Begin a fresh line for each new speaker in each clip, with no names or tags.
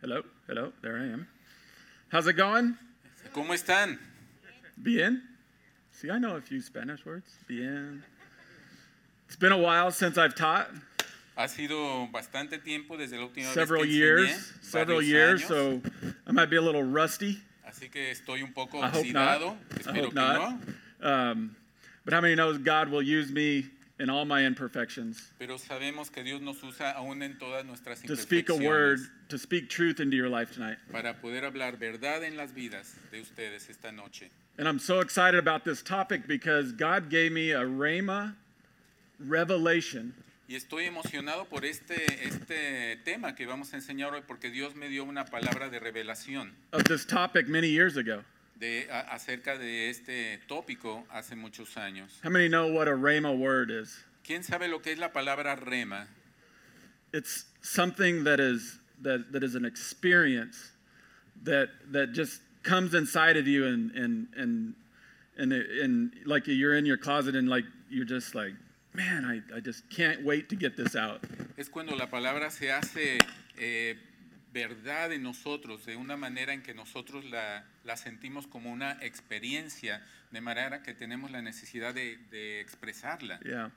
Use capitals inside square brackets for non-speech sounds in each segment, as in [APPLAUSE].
Hello, hello, there I am. How's it going?
¿Cómo están?
Bien. See, I know a few Spanish words. Bien. It's been a while since I've taught,
Ha sido bastante tiempo desde la última
several
vez que
years,
enseñé,
several
varios
years,
años,
so I might be a little rusty.
así que estoy un poco
I hope not.
oxidado,
I
espero
hope
que
not.
no,
Um, but how many knows God will use me in all my imperfections
pero sabemos que Dios nos usa aún en todas nuestras
to speak a word,
imperfecciones
to speak truth into your life tonight?
para poder hablar verdad en las vidas de ustedes esta noche.
And I'm so excited about this topic because God gave me a rhema revelation
Y estoy emocionado por este, este tema que vamos a enseñar hoy porque Dios me dio una palabra de revelación
of this topic many years ago.
de, a- acerca de este tópico hace muchos años.
How many know what a rhema word is?
¿Quién sabe lo que es la palabra rema?
It's something that is that, that is an experience that that just comes inside of you and and and and, and like you're in your closet and like you're just like, man, I, I just can't wait to get this out.
Es cuando la palabra se hace eh, verdad en nosotros, de una manera en que nosotros la, la sentimos como una experiencia, de manera que tenemos la necesidad de, de expresarla.
Yeah.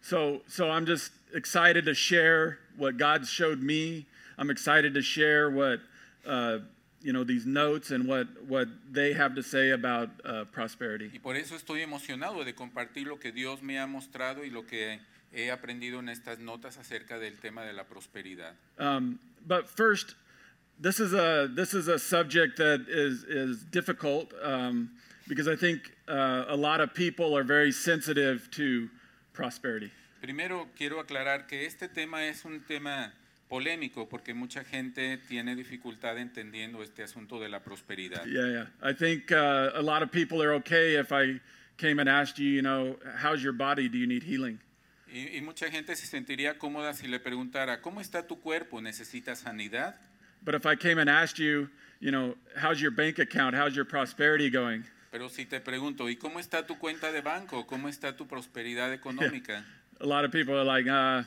So so I'm just excited to share what God showed me. I'm excited to share what uh, you know these notes and what what they have to say about uh, prosperity.
Y por eso estoy emocionado de compartir lo que Dios me ha mostrado y lo que he aprendido en estas notas acerca del tema de la prosperidad.
Um, but first, this is a this is a subject that is is difficult um, because I think uh, a lot of people are very sensitive to prosperity.
Primero quiero aclarar que este tema es un tema polémico porque mucha gente tiene dificultad entendiendo este asunto de la prosperidad.
Yeah, yeah. I think uh, a lot of people are okay if I came and asked you, you know, how's your body? Do you need healing?
Y, y mucha gente se sentiría cómoda si le preguntara, ¿cómo está tu cuerpo? ¿Necesitas sanidad?
But if I came and asked you, you know, how's your bank account? How's your prosperity going?
Pero si te pregunto, ¿y cómo está tu cuenta de banco? ¿Cómo está tu prosperidad económica?
A lot of people are like, uh,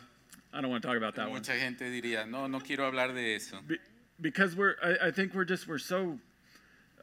I don't want to talk about that one.
Mucha gente diría, no, no quiero hablar de eso.
Be- because we're I, I think we're just we're so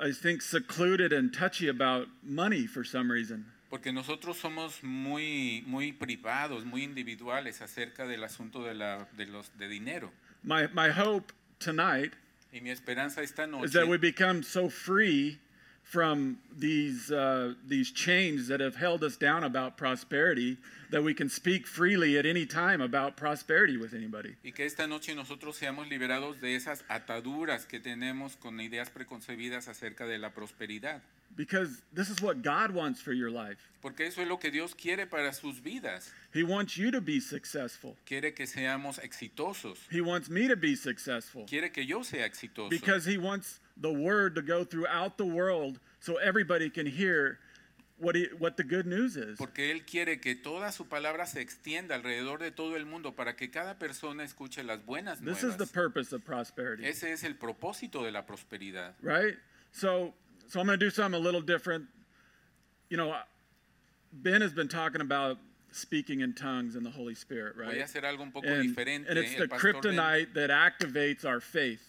i think secluded and touchy about money for some reason
Porque nosotros somos muy, muy privados, muy individuales acerca del asunto de, la, de, los, de dinero.
my my hope tonight
Y mi esperanza esta
is
noche
that we become so free from these uh, these chains that have held us down about prosperity that we can speak freely at any time about prosperity with anybody
Y que esta noche nosotros seamos liberados de esas ataduras que tenemos con ideas preconcebidas acerca de la prosperidad.
because this is what god wants for your life
Porque eso es lo que Dios quiere para sus vidas.
he wants you to be successful
Quiere que seamos exitosos.
he wants me to be successful
Quiere que yo sea exitoso.
because he wants the word to go throughout the world so everybody can hear what, he, what the good news is.
porque Él quiere que toda su palabra se extienda alrededor de todo el mundo para que cada persona escuche las buenas
This is the
nuevas.
purpose of prosperity,
Ese es el propósito de la prosperidad.
right? So, so I'm going to do something a little different. You know, I- Ben has been talking about speaking in tongues and the Holy Spirit,
Voy a
right?
hacer algo un poco
And,
diferente.
and it's the
el, pastor Ben,
kryptonite that activates our faith.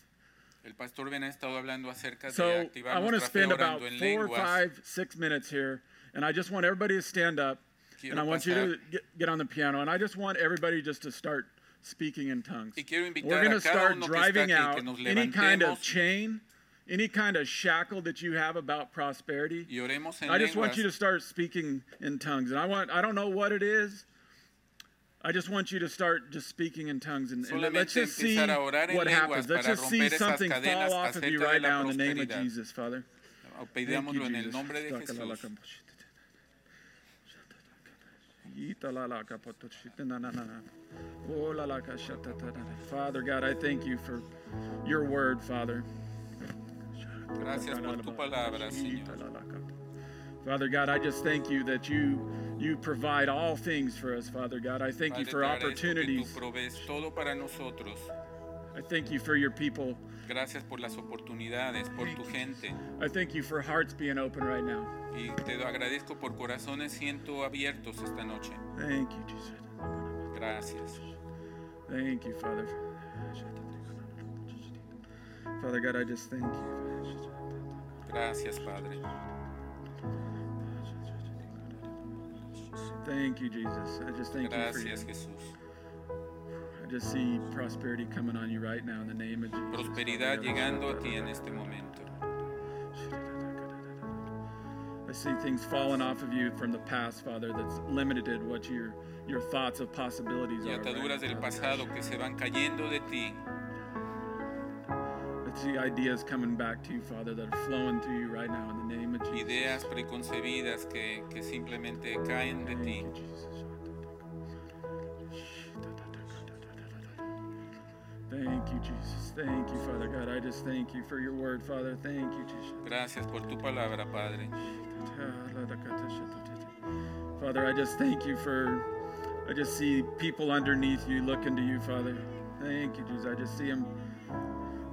el pastor Ben ha estado hablando acerca de
So I
activar
want to
nuestra fe
spend about
orando en
four,
lenguas.
five, six minutes here, and I just want everybody to stand up, and I
Quiero
want you to
pasar-
get, get on the piano, and I just want everybody just to start speaking in tongues.
Y quiero
We're
invitar
going to
a cada
start
uno que está
driving
aquí
out
que nos
any kind of
levantemos
chain, any kind of shackle that you have about prosperity.
y oremos en
I just want
lenguas.
you to start speaking in tongues, and I want—I don't know what it is. I just want you to start just speaking in tongues, and, and
Solamente
let's just see
empezar a orar en
what happens. Let's
lenguas para
just see
romper esas
something
cadenas
fall off of you
acerca de
right
la
now in the name of
prosperidad.
Jesus, Father. Thank you,
Pidámoslo en el
Jesus.
nombre de Jesús.
Takalalakamposhititana. Yitalalakapotoshitenanana. Olalakashatatana. Father God, I thank you for your word, Father.
Gracias por tu palabra, Señor.
Father God, I just thank you that you you provide all things for us, Father God. I thank you
Padre,
for
te agradezco que
opportunities.
tú provees todo para nosotros.
I thank you for your people.
Gracias por las oportunidades, por tu gente.
I thank you for hearts being open right now.
Y te agradezco por corazones siento abiertos esta noche.
Thank you, Jesus.
Gracias.
Thank you, Father. Father God, I just thank you.
Gracias, Padre.
Thank you, Jesus. I just thank you for you.
Gracias, Jesús.
I just see prosperity coming on you right now in the name of Jesus.
Prosperidad llegando a ti en este momento.
I see things falling off of you from the past, Father, that's limited what your your thoughts of possibilities
Y
are. right
ataduras del
now.
pasado que se van cayendo de ti.
I see ideas coming back to you, Father, that are flowing through you right now in the name of Jesus.
Ideas preconcebidas que, que simplemente caen de ti.
Thank you, Jesus. Thank you, Jesus. Thank you, Father God. I just thank you for your word, Father. Thank you, Jesus.
Gracias por tu palabra, Padre.
Father, I just thank you for, I just see people underneath you looking to you, Father. Thank you, Jesus. I just see them,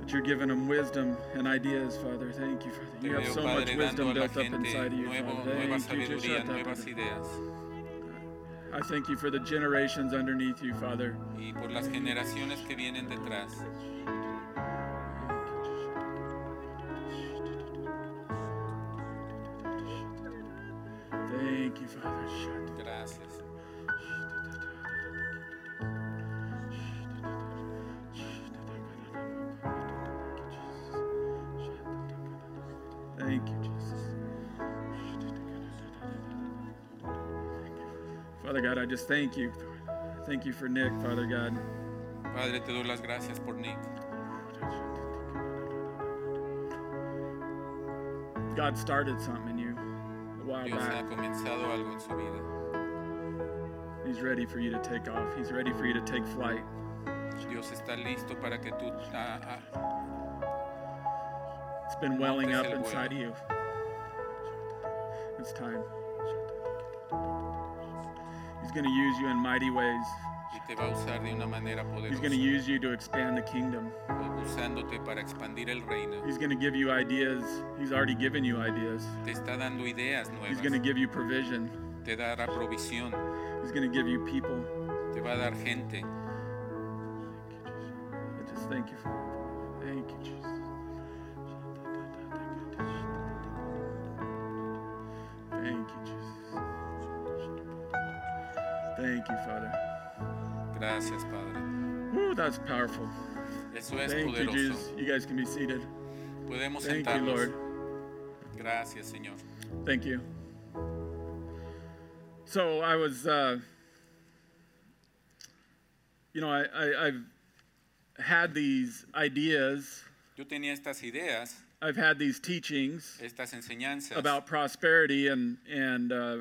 that you're giving them wisdom and ideas, Father. Thank you, Father.
Te
You have
veo,
so much
Padre, dando
wisdom
a la
built up
gente
inside of you,
nuevo-
Father.
nueva
Thank you,
sabiduría, nuevas
Jesus.
ideas.
I thank you for the generations underneath you, Father.
Y por las generaciones que vienen detrás.
Thank you, Father.
Gracias.
Thank you, Jesus. Father God, I just thank you. Thank you for Nick, Father God.
Padre, te doy las gracias por Nick.
God started something in you a while
Dios ha
back.
comenzado algo en su vida.
He's ready for you to take off. He's ready for you to take flight.
Dios está listo para que tú ah, ah,
It's been welling up
Montes el vuelo.
inside of you. It's time. He's going to use you in mighty ways.
y te va a usar de una manera
He's
poderosa,
going to use you to expand the kingdom.
usándote para expandir el reino.
He's going to give you ideas. He's already given you ideas.
Te está dando ideas
He's
nuevas,
going to give you provision.
te dará provisión,
He's going to give you people.
te va a dar gente.
I just thank you for it. Thank you, Jesus. Thank you, Jesus. Thank you, Father.
Gracias, Padre.
Woo, that's powerful.
Eso es
Thank you, Jesus.
poderoso.
You guys can be seated.
Podemos
Thank you,
sentarnos.
Lord.
Gracias, Señor.
Thank you. So I was, uh, you know, I, I, I've had these ideas,
Yo tenía estas ideas,
I've had these teachings.
estas enseñanzas
about prosperity and and uh,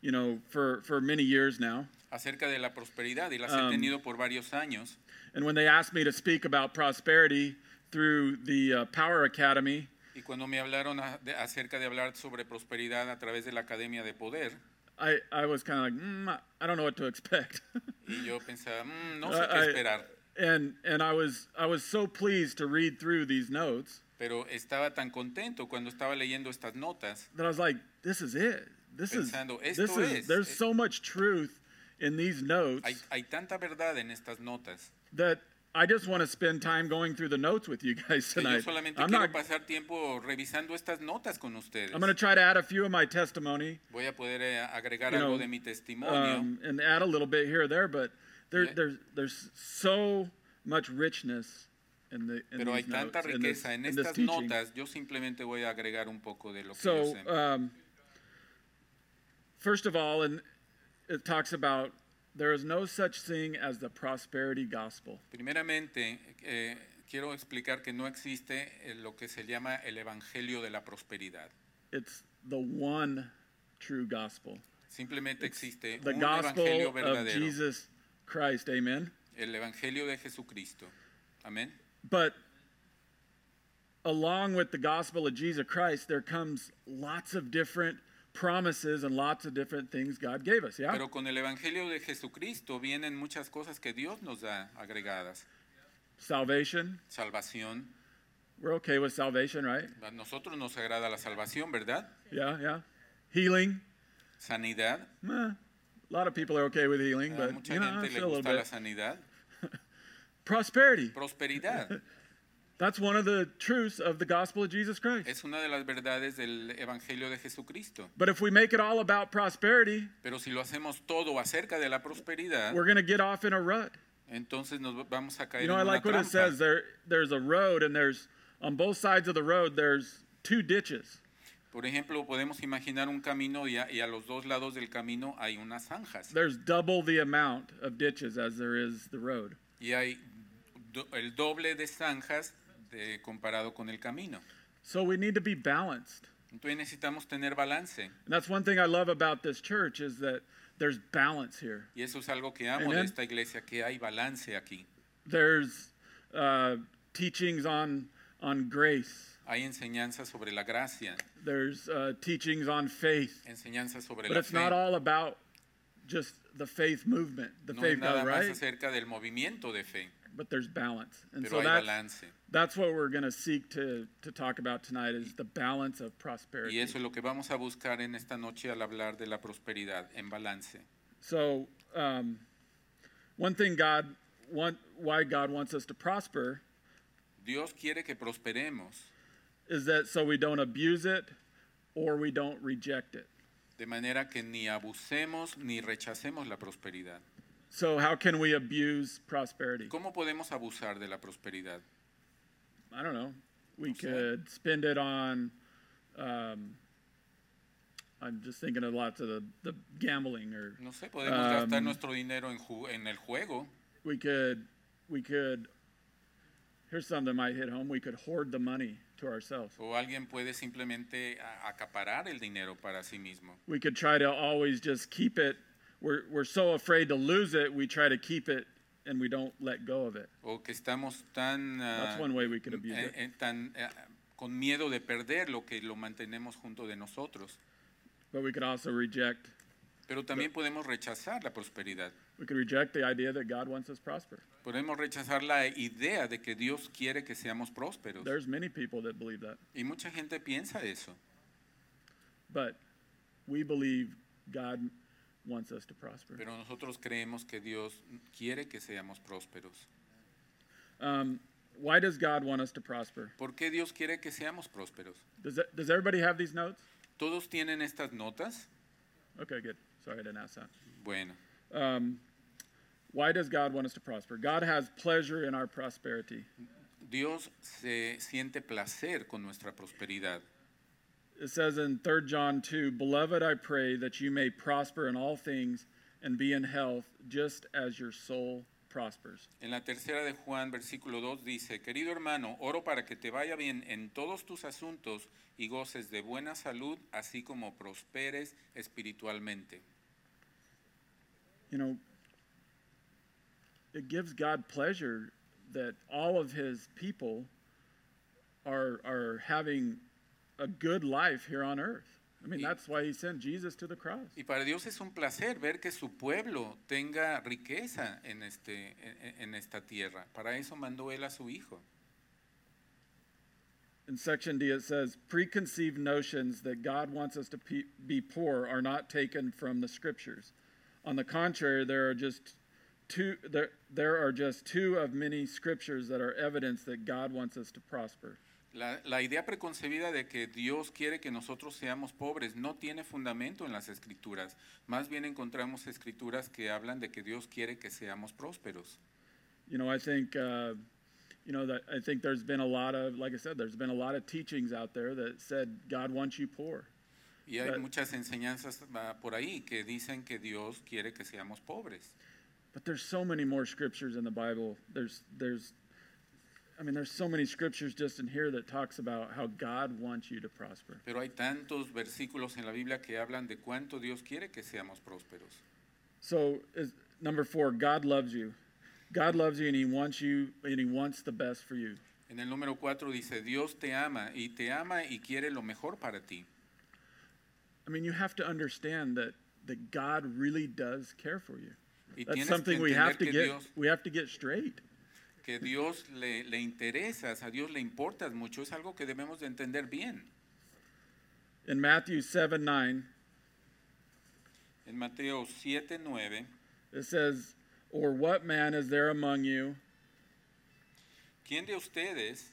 you know for for many years now.
acerca de la prosperidad y las
Um,
he tenido por varios años.
And when they asked me to speak about prosperity through the uh, Power Academy,
Y cuando me hablaron a- de- acerca de hablar sobre prosperidad a través de la Academia de Poder,
I I was kind of like mm, I don't know what to expect. [LAUGHS]
y yo pensaba, "Mm, no sé qué
I- I-
esperar.
and and I was I was so pleased to read through these notes
Pero estaba tan contento cuando estaba leyendo estas notas,
that I was like, this is it. This is
Pensando,
this
"Esto
is
es."
there's so much truth in these notes
hay, hay tanta verdad en estas notas.
that I just want to spend time going through the notes with you guys
que yo
tonight.
solamente
I'm
quiero
not
pasar tiempo revisando estas notas con ustedes.
I'm going to try to add a few of my testimony
Voy a poder eh, agregar
You
algo
know,
de mi testimonio.
um, and add a little bit here or there, but there,
Oh, Yeah.
there's, there's so much richness in the in
Pero hay
these notes,
tanta
in this,
riqueza en
in this
estas
teaching.
notas, yo simplemente voy a agregar un poco de lo que yo
So,
sé.
um, first of all, and it talks about there is no such thing as the prosperity gospel.
Primeramente, eh, quiero explicar que no existe eh, lo que se llama el Evangelio de la Prosperidad.
It's the one true gospel,
Simplemente existe
the
un
gospel
Evangelio
of
verdadero,
Jesus Christ. Amen.
el Evangelio de Jesucristo. Amén.
But along with the gospel of Jesus Christ, there comes lots of different promises and lots of different things God gave us. Yeah?
Pero con el Evangelio de Jesucristo vienen muchas cosas que Dios nos da agregadas.
salvation.
Salvación.
We're okay with salvation, right?
A nosotros nos agrada la salvación, ¿verdad?
Yeah, yeah. Healing.
Sanidad.
Eh, a lot of people are okay with healing,
A
but
Ah, mucha
you know,
gente
still
le
a little
gusta la
bit.
sanidad.
Prosperity.
Prosperidad.
That's one of the truths of the gospel of Jesus Christ.
Es una de las verdades del Evangelio de Jesucristo.
But if we make it all about prosperity,
Pero si lo hacemos todo acerca de la prosperidad,
we're going to get off in a rut.
entonces nos vamos a caer
You know, I
en una
like what it
trampa.
says. There, there's a road, and there's on both sides of the road there's two ditches,
Por ejemplo, podemos imaginar un camino y a, y a los dos lados del camino hay unas zanjas
there's double the amount of ditches as there is the road.
y hay do- el doble de zanjas de- comparado con el camino.
So we need to be balanced.
Entonces necesitamos tener balance
And that's one thing I love about this church is that there's balance here.
y eso es algo que amo de
Amen.
esta iglesia, que hay balance aquí.
There's uh, teachings on on grace.
Hay enseñanza sobre la gracia,
There's uh, teachings on faith.
enseñanza sobre
But
la
it's not
fe.
all about just the faith movement, the
No es
faith
nada
God,
más
right?
acerca del movimiento de fe,
But there's balance. And
pero
so
hay
that's,
balance.
that's what we're going to seek to, to talk about tonight is the balance of
Y
prosperity.
eso es lo que vamos a buscar en esta noche al hablar de la prosperidad en balance.
So um, one thing God want, why God wants us to prosper
Dios quiere que prosperemos
is that so we don't abuse it or we don't reject it.
de manera que ni abusemos ni rechacemos la prosperidad.
So how can we abuse prosperity?
¿Cómo podemos abusar de la prosperidad?
I don't know. We
Okay.
could spend it on. Um, I'm just thinking of lots of the, the gambling, or
No sé, podemos
Um,
gastar nuestro dinero en, ju- en el juego.
we could, we could. Here's something that might hit home. We could hoard the money to ourselves.
O alguien puede simplemente a- acaparar el dinero para sí mismo.
We could try to always just keep it. We're we're so afraid to lose it, we try to keep it, and we don't let go of it.
O que estamos tan, ah,
That's one way we could abuse
eh,
it.
eh, tan eh, con miedo de perder lo que lo mantenemos junto de nosotros.
But we could also reject.
Pero también podemos rechazar la prosperidad.
We could reject the idea that God wants us prosper.
Podemos rechazar la idea de que Dios quiere que seamos prósperos.
There's many people that believe that.
Y mucha gente piensa eso.
But we believe God wants us to prosper.
Pero nosotros creemos que Dios quiere que seamos prósperos.
Um, why does God want us to prosper?
¿Por qué Dios quiere que seamos prósperos?
Does, that, does everybody have these notes?
¿Todos tienen estas notas?
Okay, good. Sorry, I didn't ask that.
Bueno,
Um, why does God want us to prosper? God has pleasure in our prosperity.
Dios se siente placer con nuestra prosperidad.
It says in 3 John 2 Beloved, I pray that you may prosper in all things and be in health, just as your soul prospers.
En la tercera de Juan, versículo 2 dice, querido hermano, oro para que te vaya bien en todos tus asuntos y goces de buena salud, así como prosperes espiritualmente.
you know, it gives God pleasure that all of his people are are having a good life here on earth. I mean,
Yeah.
that's why he sent Jesus to the cross.
Y para Dios es un placer ver que su pueblo tenga riqueza en, este, en, en esta tierra. Para eso mandó Él a su Hijo.
In section D, it says, preconceived notions that God wants us to pe- be poor are not taken from the scriptures. On the contrary, there are just two there, there are just two of many scriptures that are evidence that God wants us to prosper.
La, la idea preconcebida de que Dios quiere que nosotros seamos pobres no tiene fundamento en las escrituras. Más bien encontramos escrituras que hablan de que Dios quiere que seamos prósperos.
you know, I think, uh, you know, that I think there's been a lot of, like I said, there's been a lot of teachings out there that said God wants you poor.
Y hay
Claro.
muchas enseñanzas ah, por ahí que dicen que Dios quiere que seamos pobres.
But there's so many more scriptures in the Bible. There's, there's, I mean, there's so many scriptures just in here that talks about how God wants you to prosper.
Pero hay tantos versículos en la Biblia que hablan de cuánto Dios quiere que seamos prósperos.
So, is, number four, God loves you. God loves you, and He wants you, and He wants the best for you.
En el número 4 dice, Dios te ama y te ama y quiere lo mejor para ti.
I mean, you have to understand that that God really does care for you.
Y
That's
tienes que
something we have
entender
to
que
get.
Dios,
We have to get straight.
que Dios le, le interesas, a Dios le importas mucho. Es algo que debemos de entender bien.
In Matthew 7 9,
En Mateo 7, 9,
it says, Or what man is there among you
¿quién de ustedes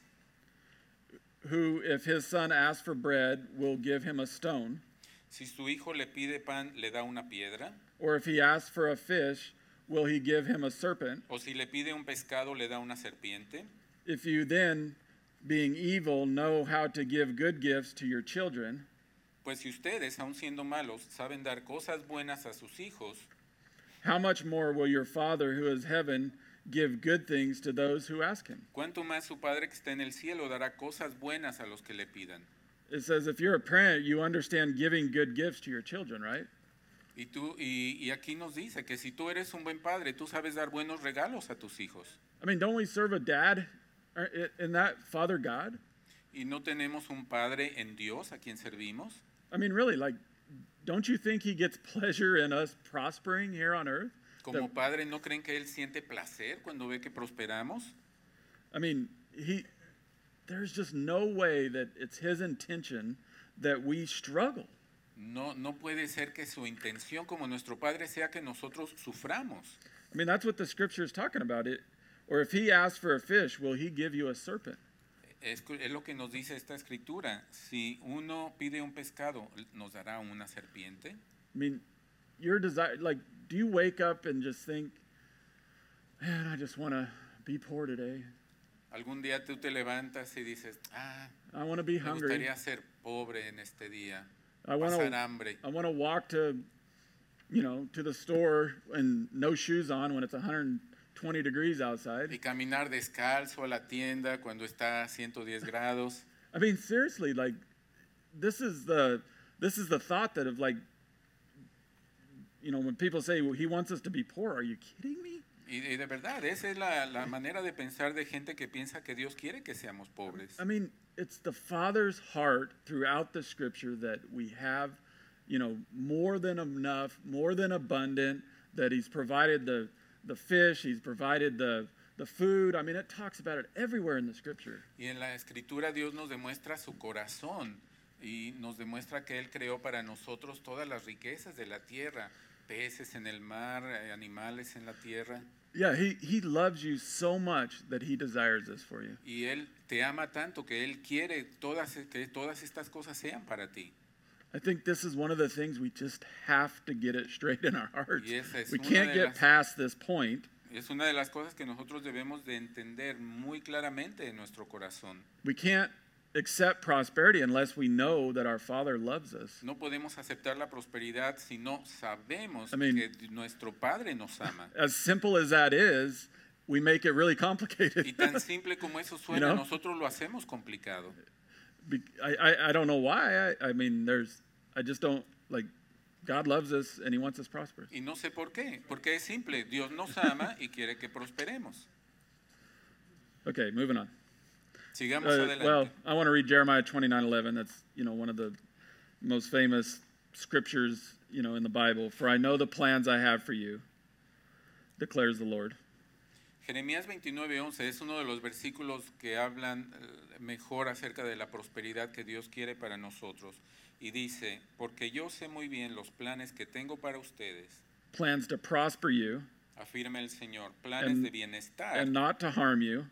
who, if his son asks for bread, will give him a stone,
Si su hijo le pide pan, le da una piedra.
or if he asks for a fish, will he give him a serpent?
O si le pide un pescado, le da una serpiente.
If you then, being evil, know how to give good gifts to your children,
Pues si ustedes, aun siendo malos, saben dar cosas buenas a sus hijos,
how much more will your Father who is heaven give good things to those who ask him?
¿cuánto más su Padre que está en el cielo dará cosas buenas a los que le pidan?
It says if you're a parent, you understand giving good gifts to your children, right?
Y, tú, y, y aquí nos dice que si tú eres un buen padre, tú sabes dar buenos regalos a tus hijos.
I mean, don't we serve a dad Aren't it- in that Father God?
Y no tenemos un padre en Dios a quien servimos.
I mean, really, like, don't you think he gets pleasure in us prospering here on earth?
Como
That-
padre, ¿no creen que Él siente placer cuando ve que prosperamos?
I mean, he, there's just no way that it's his intention that we struggle.
No, no puede ser que su intención como nuestro Padre sea que nosotros suframos.
I mean, that's what the scripture is talking about. It, or if he asks for a fish, will he give you a serpent?
Es, cu- es lo que nos dice esta escritura. Si uno pide un pescado, ¿nos dará una serpiente?
I mean, your desire, like, do you wake up and just think, man, I just want to be poor today.
Algún día tú te levantas y dices, ah,
I want to be
me
hungry.
gustaría ser pobre en este día,
I want
pasar
to.
hambre.
I want to walk to, you know, to the store and no shoes on when it's 120 degrees
Y
outside.
caminar descalzo a la tienda cuando está a 110 grados.
I mean, seriously, like, this is the this is the thought that of like, you know, when people say well, he wants us to be poor, are you kidding me?
Y, y de verdad, esa es la, la manera de pensar de gente que piensa que Dios quiere que seamos pobres.
I mean, it's the Father's heart throughout the scripture that we have, you know, more than enough, more than abundant, that He's provided the, the fish, He's provided the, the food. I mean, it talks about it everywhere in the scripture.
Y en la escritura Dios nos demuestra su corazón y nos demuestra que Él creó para nosotros todas las riquezas de la tierra, peces en el mar, eh, animales en la tierra.
Yeah, He, he loves you so much that He desires this for you.
Y Él te ama tanto que Él quiere todas, que todas estas cosas sean para ti.
I think this is one of the things we just have to get it straight in our hearts.
Yes, es
we
una
can't
de
get
las-
past this point
Es una de las cosas que nosotros debemos de entender muy claramente en nuestro corazón.
we can't accept prosperity unless we know that our father loves us
No podemos aceptar la prosperidad si no sabemos
I mean-
que nuestro Padre nos ama.
as simple as that is we make it really [LAUGHS]
Y
complicated
tan simple como eso suena,
know?
nosotros lo hacemos complicado.
Be- I, I, I don't know why I, I mean there's i just don't like god loves us and he wants us prosperous
Y no sé por qué, porque es simple, Dios nos ama y quiere que prosperemos.
okay moving on
Sigamos
Uh,
adelante.
well i want to read jeremiah 29 11 that's you know one of the most famous scriptures you know in the bible for i know the plans i have for you declares the lord
Jeremías 29:11 es uno de los versículos que hablan eh, mejor acerca de la prosperidad que Dios quiere para nosotros. Y dice, porque yo sé muy bien los planes que tengo para ustedes,
plans to prosper you
afirma el Señor, planes
And-
de bienestar
and not to harm you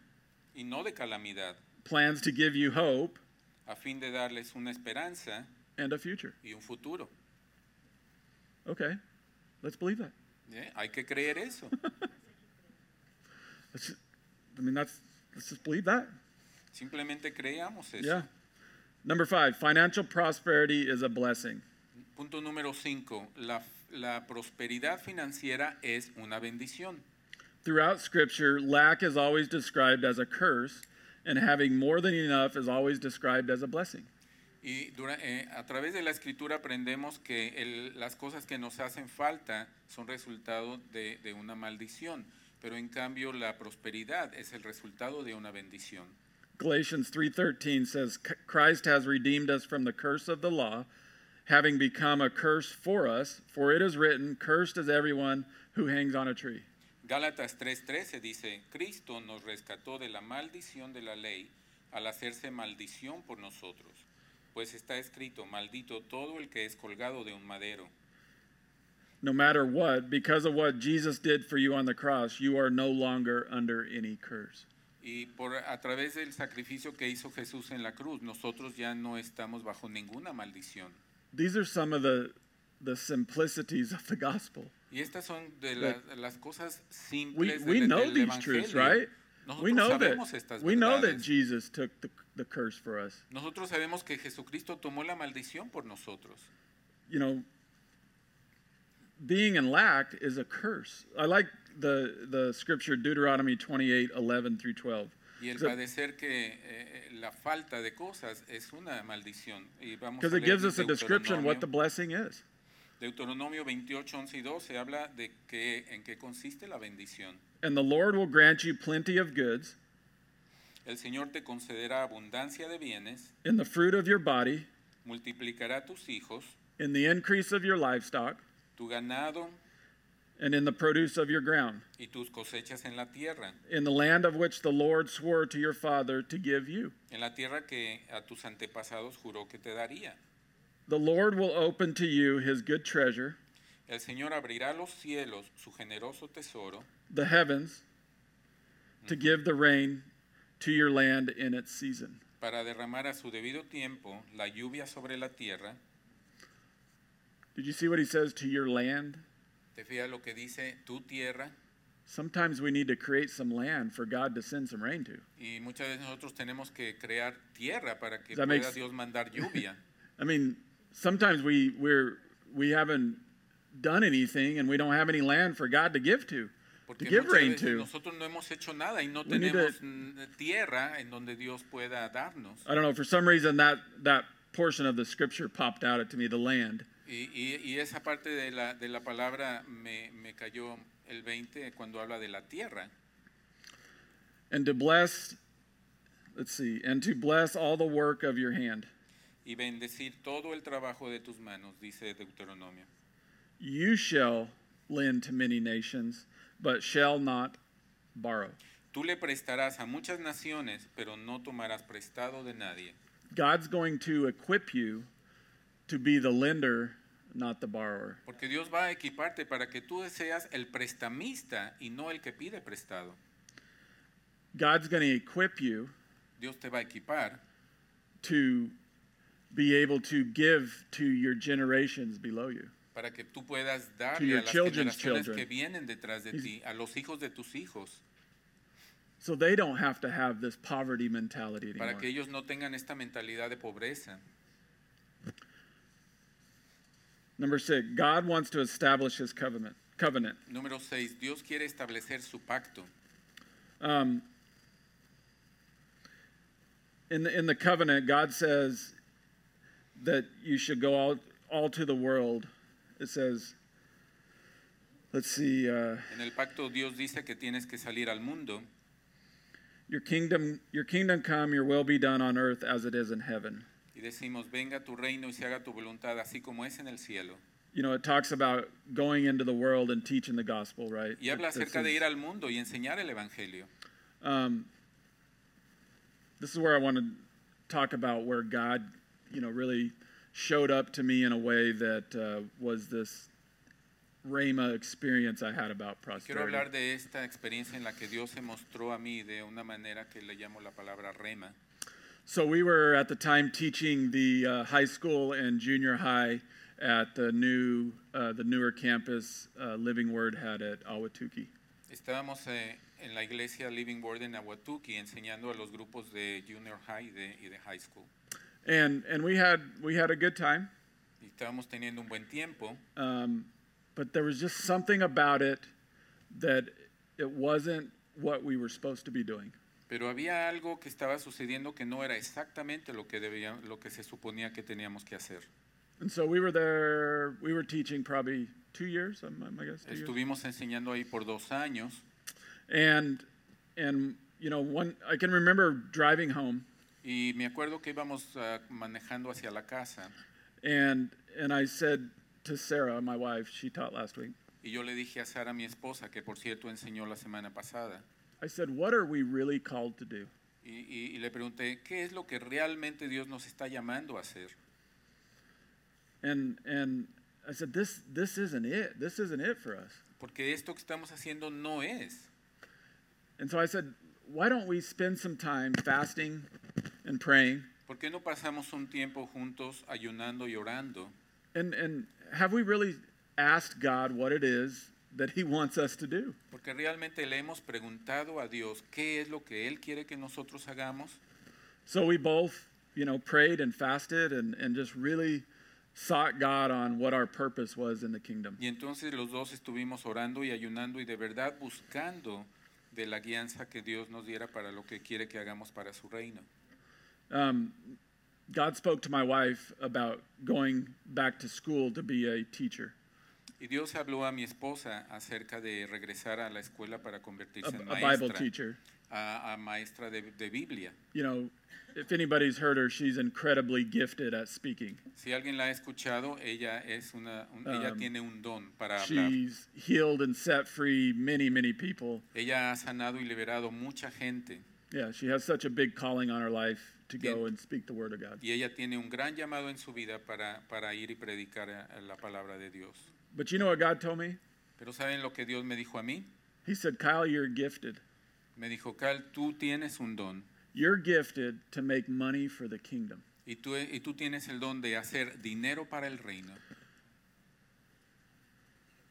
y no de calamidad,
plans to give you hope
a fin de darles una esperanza
and a future
y un futuro.
okay let's believe that
¿Eh? Hay que creer eso.
Let's ju- I mean, that's let's just believe that.
Simplemente creamos eso.
Yeah. Number five, financial prosperity is a blessing.
Punto número 5. La, la prosperidad financiera es una bendición.
Throughout Scripture, lack is always described as a curse, and having more than enough is always described as a blessing.
Y dura- eh, a través de la escritura aprendemos que el- las cosas que nos hacen falta son resultado de, de una maldición, pero en cambio la prosperidad es el resultado de una bendición.
Galatians 3:13 says, "C- "Christ has redeemed us from the curse of the law, having become a curse for us, for it is written, cursed is everyone who hangs on a tree."
Gálatas 3:13 dice, Cristo nos rescató de la maldición de la ley al hacerse maldición por nosotros, pues está escrito, maldito todo el que es colgado de un madero.
No matter what, because of what Jesus did for you on the cross, you are no longer under any curse.
y por a través del sacrificio que hizo Jesús en la cruz, nosotros ya no estamos bajo ninguna maldición.
These are some of the, the simplicities of the gospel.
Y estas son de la- las cosas
We,
simples
we
del,
know
del
these
evangelio.
truths, right?
Nosotros
We know
sabemos
that
estas
we know that
verdades.
Jesus took the, the curse for us.
Nosotros sabemos que Jesucristo tomó la maldición por nosotros.
you know, being in lack is a curse. I like the the scripture Deuteronomy 28, 11 through 12.
Y el
So-
padecer que eh, eh, la falta de cosas es una maldición. Y vamos a
Because it
leer
gives us a description
Deuteronomio,
what the blessing is.
Deuteronomio 28, 11 y 12 habla de que, en qué consiste la bendición.
And the Lord will grant you plenty of goods
El Señor te concederá abundancia de bienes,
in the fruit of your body,
multiplicará tus hijos,
in the increase of your livestock,
tu ganado
and in the produce of your ground,
y tus cosechas en la tierra,
in the land of which the Lord swore to your father to give you.
en la tierra que a tus antepasados juró que te daría.
The Lord will open to you his good treasure,
El Señor abrirá los cielos, su generoso tesoro,
the heavens, to
Mm-hmm.
give the rain to your land in its season.
para derramar a su debido tiempo la lluvia sobre la tierra.
Did you see what he says to your land?
Te fijas lo que dice tu tierra.
Sometimes we need to create some land for God to send some rain to.
Y muchas veces nosotros tenemos que crear tierra para que
That
pueda
makes-
Dios mandar lluvia.
I mean, sometimes we we're we haven't done anything and we don't have any land for God to give to, to
Porque
give
muchas
rain
veces
to.
nosotros no hemos hecho nada y no
We need to-
tenemos mm, tierra en donde Dios pueda darnos.
I don't know, for some reason that that portion of the scripture popped out at to me, the land.
Y, y- y esa parte de la, de la palabra me, me cayó el 20 cuando habla de la tierra.
And to bless let's see, and to bless all the work of your hand.
Y bendecir todo el trabajo de tus manos, dice Deuteronomio.
You shall lend to many nations, but shall not borrow.
Tú le prestarás a muchas naciones, pero no tomarás prestado de nadie.
God's going to equip you to be the lender, not the borrower.
Porque Dios va a equiparte para que tú seas el prestamista y no el que pide prestado.
God's going to equip you
Dios te va a equipar
to be able to give to your generations below you.
para que tú puedas
To
darle
your
a las
children's
generaciones
children.
que vienen detrás de
He's-
ti, a los hijos de tus hijos,
So they don't have to have this poverty mentality
para
anymore.
que ellos no tengan esta mentalidad de pobreza.
Number 6, God wants to establish his covenant. Covenant.
Número 6. Dios quiere establecer su pacto.
Um, in the, in the covenant, God says that you should go all, all to the world. It says, let's see, uh,
En el pacto Dios dice que tienes que salir al mundo.
your kingdom, your kingdom come, your will be done on earth as it is in heaven.
Y decimos, venga tu reino y se haga tu voluntad, así como es en el cielo.
You know, it talks about going into the world and teaching the gospel, right?
Y habla
This
acerca de
is-
ir al mundo y enseñar el Evangelio.
um, this is where I want to talk about where God, you know, really showed up to me in a way that uh, was this Rhema experience I had about
Quiero
prosperity.
hablar de esta experiencia en la que Dios se mostró a mí de una manera que le llamo la palabra rema.
So we were at the time teaching the uh, high school and junior high at the new, uh, the newer campus uh, Living Word had at Awatuki.
Estábamos eh, en la iglesia Living Word en Aguatuki enseñando a los grupos de junior high y de, y de high school.
And and we had we had a good time,
Y estábamos teniendo un buen tiempo,
um, but there was just something about it that it wasn't what we were supposed to be doing.
pero había algo que estaba sucediendo que no era exactamente lo que, debía, lo que se suponía que teníamos que hacer.
And so we were there. We were teaching probably two years, I m- I guess. Two years.
Estuvimos enseñando ahí por dos años
And and you know, one I can remember driving home,
y me acuerdo que íbamos ah, manejando hacia la casa
and and I said to Sarah, my wife, she taught last week.
y yo le dije a Sara, mi esposa, que por cierto enseñó la semana pasada,
I said, "What are we really called to do?"
y, y- y le pregunté, ¿qué es lo que realmente Dios nos está llamando a hacer?
And and I said, "This this isn't it. This isn't it for us."
Porque esto que estamos haciendo no es.
And so I said, why don't we spend some time fasting and praying?
¿Por qué no pasamos un tiempo juntos ayunando y orando?
And, and have we really asked God what it is that He wants us to do?
Porque realmente le hemos preguntado a Dios qué es lo que Él quiere que nosotros hagamos.
So we both, you know, prayed and fasted and, and just really sought God on what our purpose was in the kingdom.
Y entonces los dos estuvimos orando y ayunando y de verdad buscando de la guianza que Dios nos diera para lo que quiere que hagamos para su reino.
Um, God spoke to my wife about going back to school to be a teacher,
Y Dios habló a mi esposa acerca de regresar a la escuela para
a,
convertirse en
a Bible
maestra,
teacher.
a, a maestra de, de Biblia.
You know, if anybody's heard her, she's incredibly gifted at speaking.
Si alguien la ha escuchado, ella es una, un- ella
Um,
tiene un don para hablar.
She's healed and set free many, many people.
Ella ha sanado y liberado mucha gente
Yeah, she has such a big calling on her life to go
Bien.
and speak the word of God.
y ella tiene un gran llamado en su vida para, para ir y predicar eh, la palabra de Dios.
But you know what God told me?
Pero ¿saben lo que Dios me dijo a mí?
He said, Kyle, you're gifted.
Me dijo, Cal, tú tienes un don
You're gifted to make money for the kingdom.
y tú, y tú tienes el don de hacer dinero para el reino.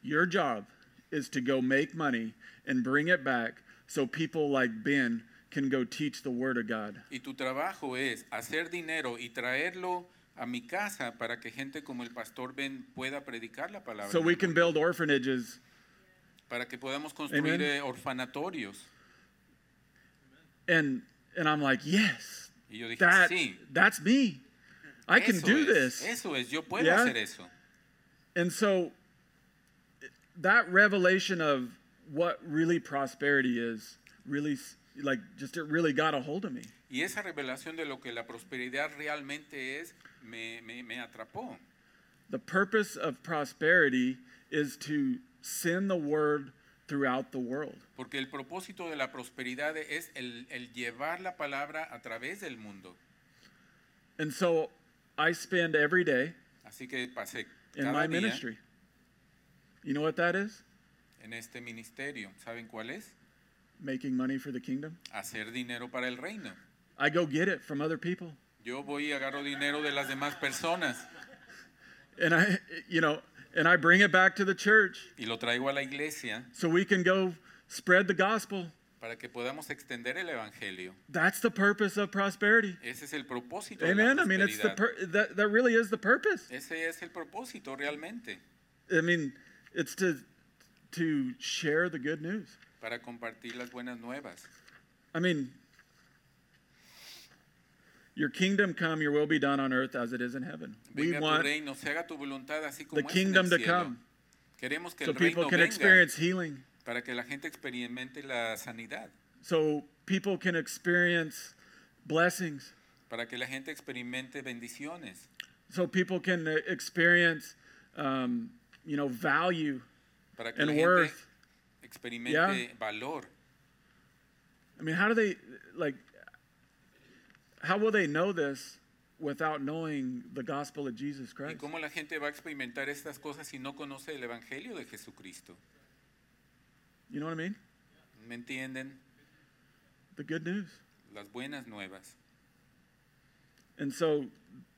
Your job is to go make money and bring it back so people like Ben can go teach the word of God.
Y tu trabajo es hacer dinero y traerlo a mi casa para que gente como el pastor Ben pueda predicar la palabra.
So
del
we can
mundo,
build orphanages.
para que podamos construir
Amen.
eh, orfanatorios.
And and I'm like, yes,
Y yo dije,
that
sí,
that's me. I can
eso
do
es,
this.
Eso es, yo puedo
Yeah.
hacer eso.
And so that revelation of what really prosperity is really s- like just it really got a hold of me.
Y esa revelación de lo que la prosperidad realmente es me, me- me atrapó.
The purpose of prosperity is to send the word throughout the world.
Porque el propósito de la prosperidad es el, el llevar la palabra a través del mundo.
And so I spend every day
Así que pasé
in
cada
my
día
ministry. You know what that is?
en este ministerio. ¿Saben cuál es?
Making money for the kingdom.
Hacer dinero para el reino.
I go get it from other people.
Yo voy y agarro dinero de las demás personas
And I you know, and I bring it back to the church
y lo traigo a la iglesia
so we can go spread the gospel.
para que podamos extender el evangelio.
That's the purpose of prosperity.
Ese es el propósito de
Amen.
la
I mean, it's the
prosperidad.
per- that that really is the purpose.
Ese es el propósito realmente,
I mean, it's to to share the good news.
para compartir las buenas nuevas.
I mean, your kingdom come, your will be done on earth as it is in heaven. We
Venga tu
want
reino, se haga tu voluntad así como
the
es en el
kingdom to
cielo.
come,
Queremos que
so
el
people
reino
can
venga
experience healing,
para que la gente experimente la sanidad,
so people can experience blessings,
para que la gente experimente bendiciones,
so people can uh, experience, um, you know, value
para que la
and
gente
worth.
experimente valor.
I mean, how do they like? How will they know this without knowing the gospel of Jesus
¿Y
Christ?
cómo la gente va a experimentar estas cosas si no conoce el Evangelio de Jesucristo?
You know what I mean?
¿Me entienden?
The good news.
Las buenas nuevas.
And so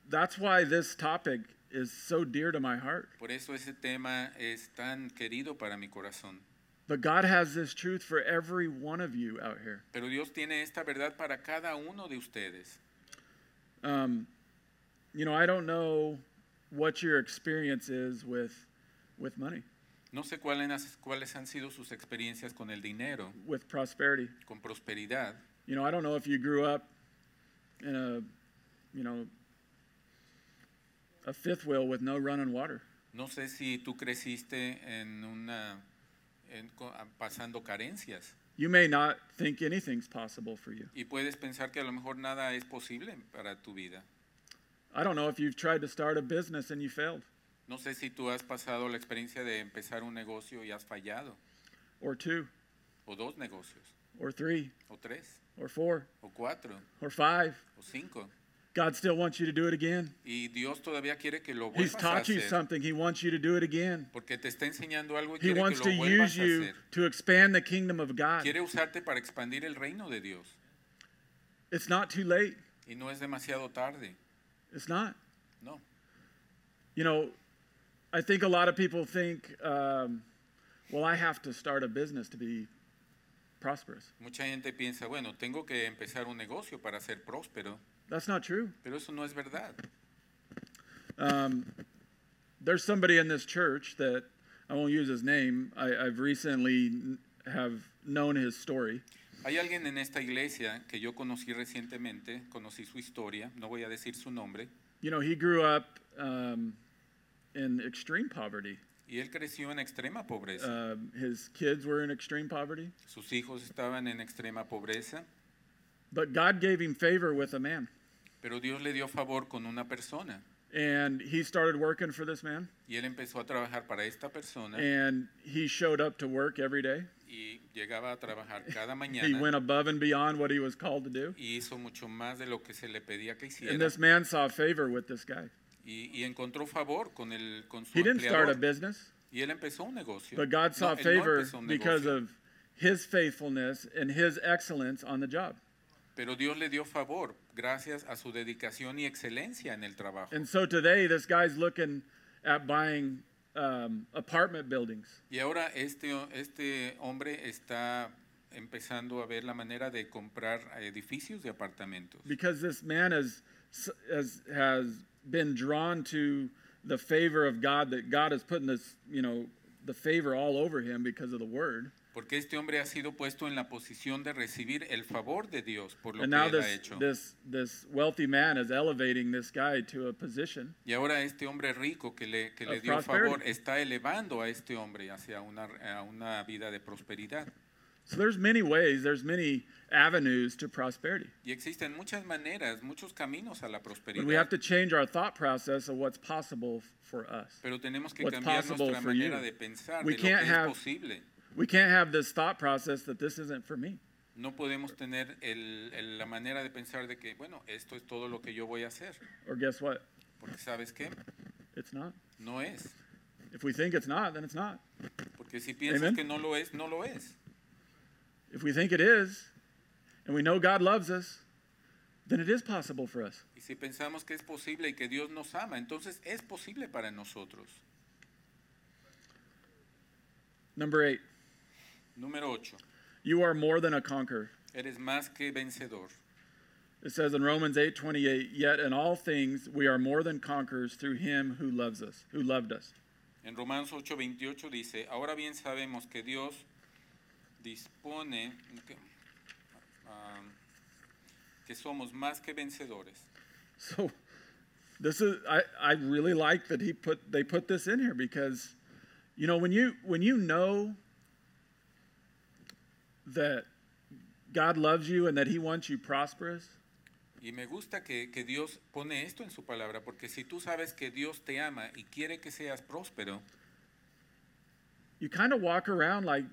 that's why this topic is so dear to my heart.
Por eso ese tema es tan querido para mi corazón.
But God has this truth for every one of you out here.
Pero Dios tiene esta verdad para cada uno de ustedes.
Um, you know, I don't know what your experience is with with money,
No sé cuáles, cuáles han sido sus experiencias con el dinero,
with prosperity.
con prosperidad.
You know, I don't know if you grew up in a, you know, a fifth wheel with no running water.
No sé si tú creciste en una en co- ah, pasando carencias
You may not think anything's possible for you.
y puedes pensar que a lo mejor nada es posible para tu vida.
I don't know if you've tried to start a business and you failed,
No sé si tú has pasado la experiencia de empezar un negocio y has fallado,
or two,
o dos negocios,
or three,
o tres,
or four,
o cuatro,
or five.
o cinco.
God still wants you to do it again.
Y Dios todavía quiere que lo
He's
vuelvas a
taught you
hacer.
something. He wants you to do it again.
Porque te está enseñando algo y
He
quiere
wants
que
to
lo vuelvas
use
a
you
hacer.
to expand the kingdom of God.
Quiere usarte para expandir el reino de Dios.
It's not too late.
Y no es demasiado tarde.
It's not.
No.
You know, I think a lot of people think, um, well, I have to start a business to be prosperous.
Mucha gente piensa, bueno, tengo que empezar un negocio para ser próspero.
That's not true.
Pero eso no es verdad.
Um, there's somebody in this church that I won't use his name. I, I've recently n- have known his story,
Hay alguien en esta iglesia que yo conocí recientemente, conocí su historia, no voy a decir su nombre,
You know, he grew up um, in extreme poverty.
y él creció en extrema pobreza.
Um his kids were in extreme poverty,
Sus hijos estaban en extrema pobreza,
but God gave him favor with a man.
pero Dios le dio favor con una persona.
And he started working for this man,
Y él empezó a trabajar para esta persona
and he showed up to work every day.
y llegaba a trabajar cada
He went
mañana
above and beyond what he was called to do.
y hizo mucho más de lo que se le pedía que
And
hiciera.
this man saw favor with this guy.
Y, y encontró favor con, el, con su
He didn't start a
empleador.
business,
Y él empezó un negocio.
but God saw
No, él no
favor
empezó un
because
negocio,
of his faithfulness and his excellence on the job.
Pero Dios le dio favor gracias a su dedicación y excelencia en el trabajo.
And so today, this guy's looking at buying um, apartment buildings.
Y ahora este, este hombre está empezando a ver la manera de comprar edificios de apartamentos.
because this man has, has has been drawn to the favor of God that God has put in this you know the favor all over him because of the word
Porque este hombre ha sido puesto en la posición de recibir el favor de Dios por lo
and
que
now
él
this
ha hecho.
this this wealthy man is elevating this guy to a position
Y ahora este hombre rico que le, que le
Of
dio
prosperity.
favor está elevando a este hombre hacia una, a una vida de prosperidad.
so there's many ways there's many avenues to prosperity
Y existen muchas maneras, muchos caminos a la
but we have
prosperidad.
to change our thought process of what's possible for us
Pero tenemos que
what's
cambiar
possible
nuestra
for
manera
you.
de pensar,
We
de lo que
can't
es
have-
posible.
we can't have this thought process that this isn't for me
No podemos tener el- el- la manera de pensar de que, bueno, esto es todo lo que yo voy a hacer.
or guess what
Porque sabes qué,
it's not
no es.
if we think it's not then it's not
Porque si piensas
Amen.
que no lo es, no lo es.
If we think it is, and we know God loves us, then it is possible for us.
Y si pensamos que es posible y que Dios nos ama, entonces es posible para nosotros.
Number eight,
Número 8.
you are more than a conqueror.
Eres más que vencedor.
It says in Romans 8 28, yet in all things we are more than conquerors through him who loves us, who loved us. [LAUGHS]
En Romanos 8:28 dice, ahora bien sabemos que Dios dispone que, ah, que somos más que vencedores.
So this is I, I really like that he put they put this in here because you know when you when you know that God loves you and that he wants you prosperous,
Y me gusta que, que Dios pone esto en su palabra, porque si tú sabes que Dios te ama y quiere que seas próspero,
you kind of walk around like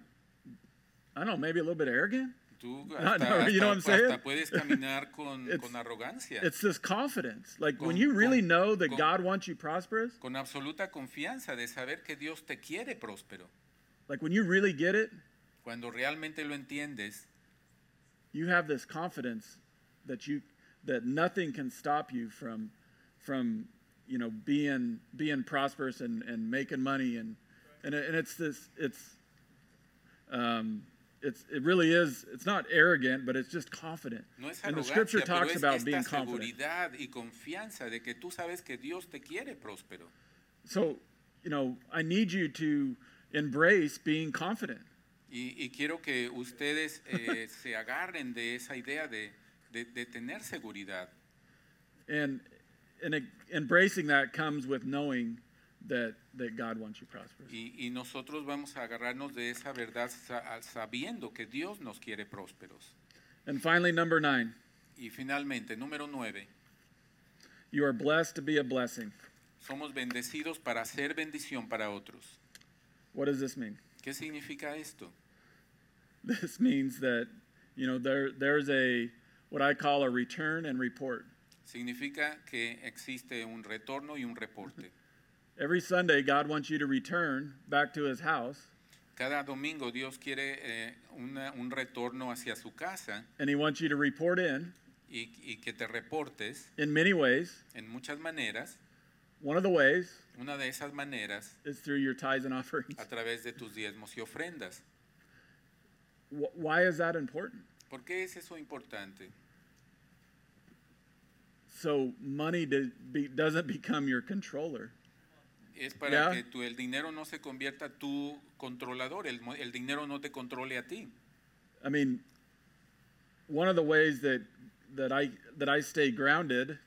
I don't know, maybe a little bit arrogant.
tú
[LAUGHS] no,
hasta,
you know what I'm
hasta- hasta
saying?
puedes caminar con,
[LAUGHS] It's-
con arrogancia.
It's this confidence. Like when
Con-
you really
con-
know that
con-
God wants you prosperous,
con absoluta confianza de saber que Dios te quiere próspero.
like when you really get it,
Cuando realmente lo entiendes,
you have this confidence that you that nothing can stop you from from you know being being prosperous and, and making money and and, it- and it's this it's um it's it really is it's not arrogant but it's just confident
no es
and the
arrogancia,
scripture
pero
talks
es
about being
esta
confident
seguridad y confianza de que tú sabes que Dios te quiere próspero.
so you know i need you to embrace being confident
Y, y quiero que ustedes
[LAUGHS]
eh, se agarren de esa idea de, de- de tener seguridad.
and and e- embracing that comes with knowing that that God wants you prosperous.
Y, y nosotros vamos a agarrarnos de esa verdad sa- sabiendo que Dios nos quiere prósperos.
And finally, number nine,
Y finalmente, número nueve,
you are blessed to be a blessing.
somos bendecidos para hacer bendición para otros.
What does this mean? [LAUGHS]
¿Qué significa esto?
This means that you know there there's a what I call a return and report.
significa que existe un retorno y un reporte.
Every Sunday, God wants you to return back to his house,
Cada domingo Dios quiere eh, una- un retorno hacia su casa
and he wants you to report in
y, y que te reportes
in many ways.
en muchas maneras.
One of the ways
Una de esas maneras
is through your tithes and
[LAUGHS]
offerings.
a través de tus diezmos y ofrendas.
Wh- Why is that important?
¿Por qué es eso importante?
So money do- be, doesn't become your controller.
Es para
Ya.
que tu- el dinero no se convierta tu controlador, el, mo- el dinero no te controle a ti.
I mean, one of the ways that that I that I stay grounded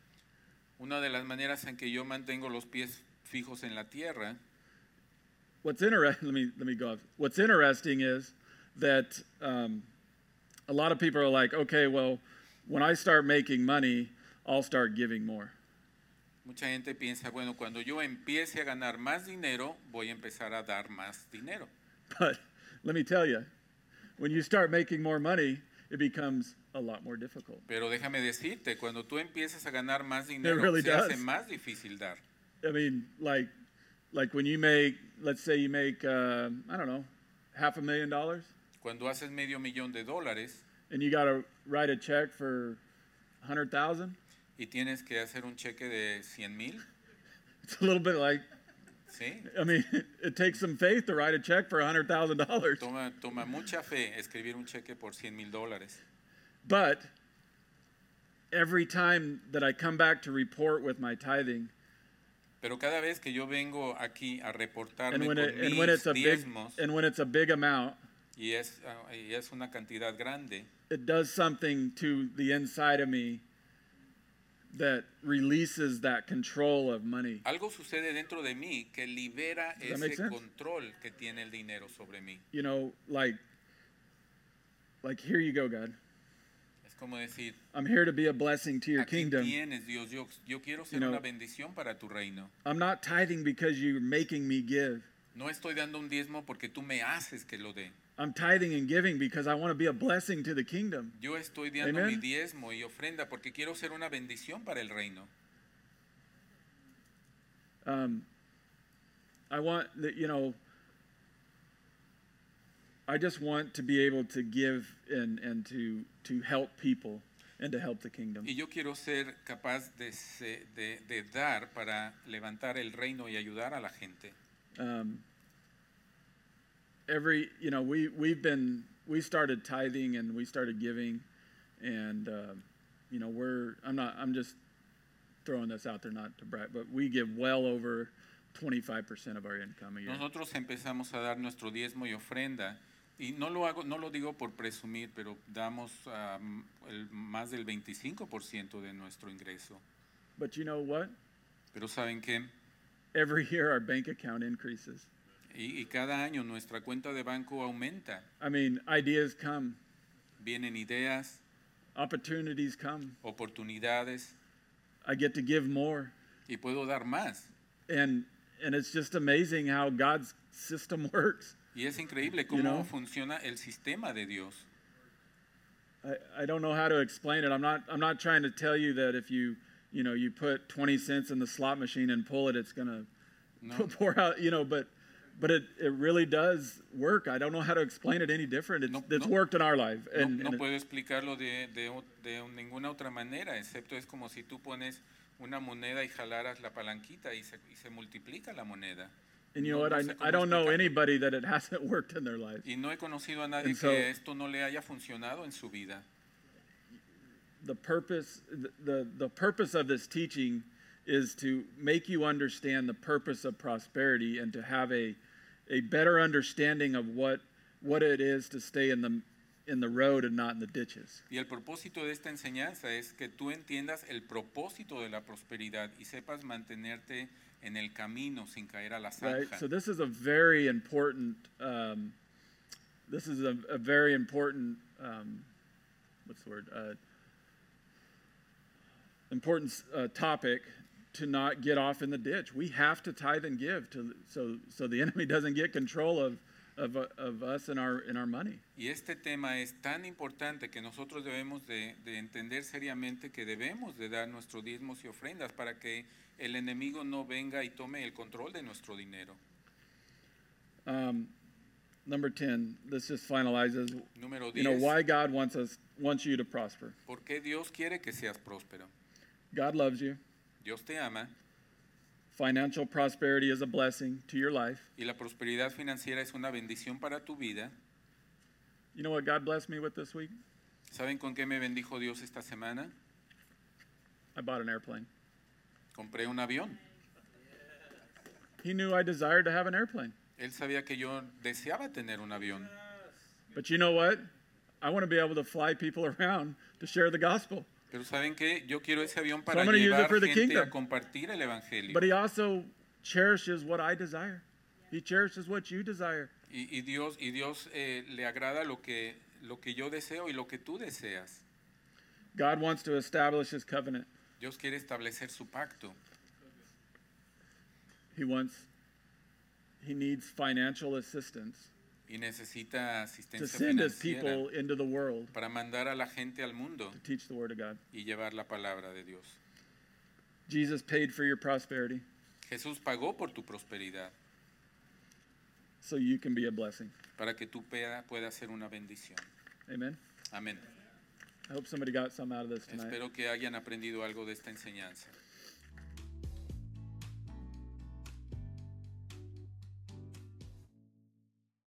Una de las maneras en que yo mantengo los pies fijos en la tierra,
What's interesting, [LAUGHS] let me, let me go off. What's interesting is that um, a lot of people are like, okay, well, when I start making money, I'll start giving more. [LAUGHS]
mucha gente piensa, bueno, cuando yo empiece a ganar más dinero, voy a empezar a dar más dinero.
But let me tell you, when you start making more money, it becomes a lot more difficult.
Pero déjame decirte, cuando tú empiezas a ganar más dinero,
really
se hace
does.
más difícil dar.
I mean, like, like when you make, let's say you make, uh, I don't know, half a million dollars,
Cuando haces medio millón de dólares
and you got to write a check for a hundred thousand.
y tienes que hacer un cheque de 100 mil,
It's a little bit like,
¿sí?
I mean, [LAUGHS] it takes some faith to write a check for a hundred thousand dollars.
Toma, toma mucha fe escribir un cheque por 100 mil dólares.
But every time that I come back to report with my tithing,
Pero cada vez que yo vengo aquí a reportarme
and when
con
it,
mis
and when it's a big
diezmos
and when it's a big amount,
y es, ah, y es una cantidad grande,
it does something to the inside of me that releases that control of money.
algo sucede dentro de mí que libera
that make
ese
sense?
control que tiene el dinero sobre mí.
You know, like like here you go, God.
Es como decir,
I'm here to be a blessing to your
aquí
kingdom.
tienes Dios, yo, yo quiero ser
know-
una bendición para tu reino.
I'm not tithing because you're making me give.
No estoy dando un diezmo porque tú me haces que lo dé.
I'm tithing and giving because I want to be a blessing to the kingdom.
Yo estoy dando
Amen.
mi diezmo y ofrenda porque quiero ser una bendición para el reino.
um, I want that you know. I just want to be able to give and and to to help people and to help the kingdom.
Y yo quiero ser capaz de, se- de- de dar para levantar el reino y ayudar a la gente.
Um, every you know we we've been we started tithing and we started giving, and um you know we're I'm not I'm just throwing this out there not to brag, but we give well over 25% of our income a year.
Nosotros empezamos a dar nuestro diezmo y ofrenda y no lo hago, no lo digo por presumir, pero damos ah, m- el- más del 25% de nuestro ingreso.
But you know what?
Pero saben qué,
Every [LAUGHS] year our bank account increases.
y, y cada año nuestra cuenta de banco aumenta,
I mean, ideas come,
vienen ideas,
opportunities come.
oportunidades
I get to give more,
y puedo dar más.
and and it's just amazing how God's system [LAUGHS] works.
Y es increíble cómo
know?
funciona el sistema de Dios.
I, I don't know how to explain it. I'm not I'm not trying to tell you that if you you know you put 20 cents in the slot machine and pull it, it's gonna
No.
[LAUGHS] pour out. You know, but but it, it really does work. I don't know how to explain it any different. It's,
No,
it's
no.
worked in our life.
No,
and,
no
and it-
puedo explicarlo de, de o- de ninguna otra manera, excepto es como si tú pones una moneda y jalaras la palanquita y se, y se multiplica la moneda.
and you know
no-
what?
no
I,
sé
I
cómo
don't know
explicarlo.
anybody that it [LAUGHS] hasn't worked in their life.
Y no he conocido a nadie
And so-
que esto no le haya funcionado en su vida.
the purpose the, the, the purpose of this teaching is to make you understand the purpose of prosperity and to have a a better understanding of what what it is to stay in the in the road and not in the ditches.
Y el propósito de esta enseñanza es que tú entiendas el propósito de la prosperidad y sepas mantenerte en el camino sin caer a la
Right.
zanja.
So this is a very important um, this is a, a very important um, what's the word uh, important uh, topic to not [LAUGHS] get off in the ditch. We have to tithe and give to so so the enemy doesn't get control of of, uh, of us and our, and our money.
Y este tema es tan importante que nosotros debemos de, de entender seriamente que debemos de dar nuestros diezmos y ofrendas para que el enemigo no venga y tome el control de nuestro dinero.
Um, number 10, this just finalizes,
Número 10.
you know, why God wants us, wants you to prosper.
¿Por qué Dios quiere que seas próspero?
God loves you.
Dios te ama
Financial prosperity is a blessing to your life.
y la prosperidad financiera es una bendición para tu vida.
You know what God blessed me with this week?
¿Saben con qué me bendijo Dios esta semana?
I bought an airplane.
Compré un avión.
He knew I desired to have an airplane.
Él sabía que yo deseaba tener un avión.
But you know what? I want to be able to fly people [LAUGHS] around to share the gospel.
Pero ¿saben qué? Yo quiero ese avión para
I'm gonna use it
llevar
for the
gente
kingdom.
a compartir el evangelio.
But he also cherishes what I desire. He cherishes what you desire.
Y, y Dios, y Dios eh, le agrada lo que, lo que yo deseo y lo que tú deseas.
God wants to establish his covenant.
Dios quiere establecer su pacto.
He wants he needs financial assistance
y necesita
to
asistencia
send his
financiera
people into the world
para mandar a la gente al mundo
to teach the word of God.
y llevar la palabra de Dios.
Jesus paid for your prosperity
Jesús pagó por tu prosperidad
so you can be a blessing.
para que tú pueda- puedas ser una bendición.
Amen.
Amén.
I hope somebody got some out of this tonight.
Espero que hayan aprendido algo de esta enseñanza.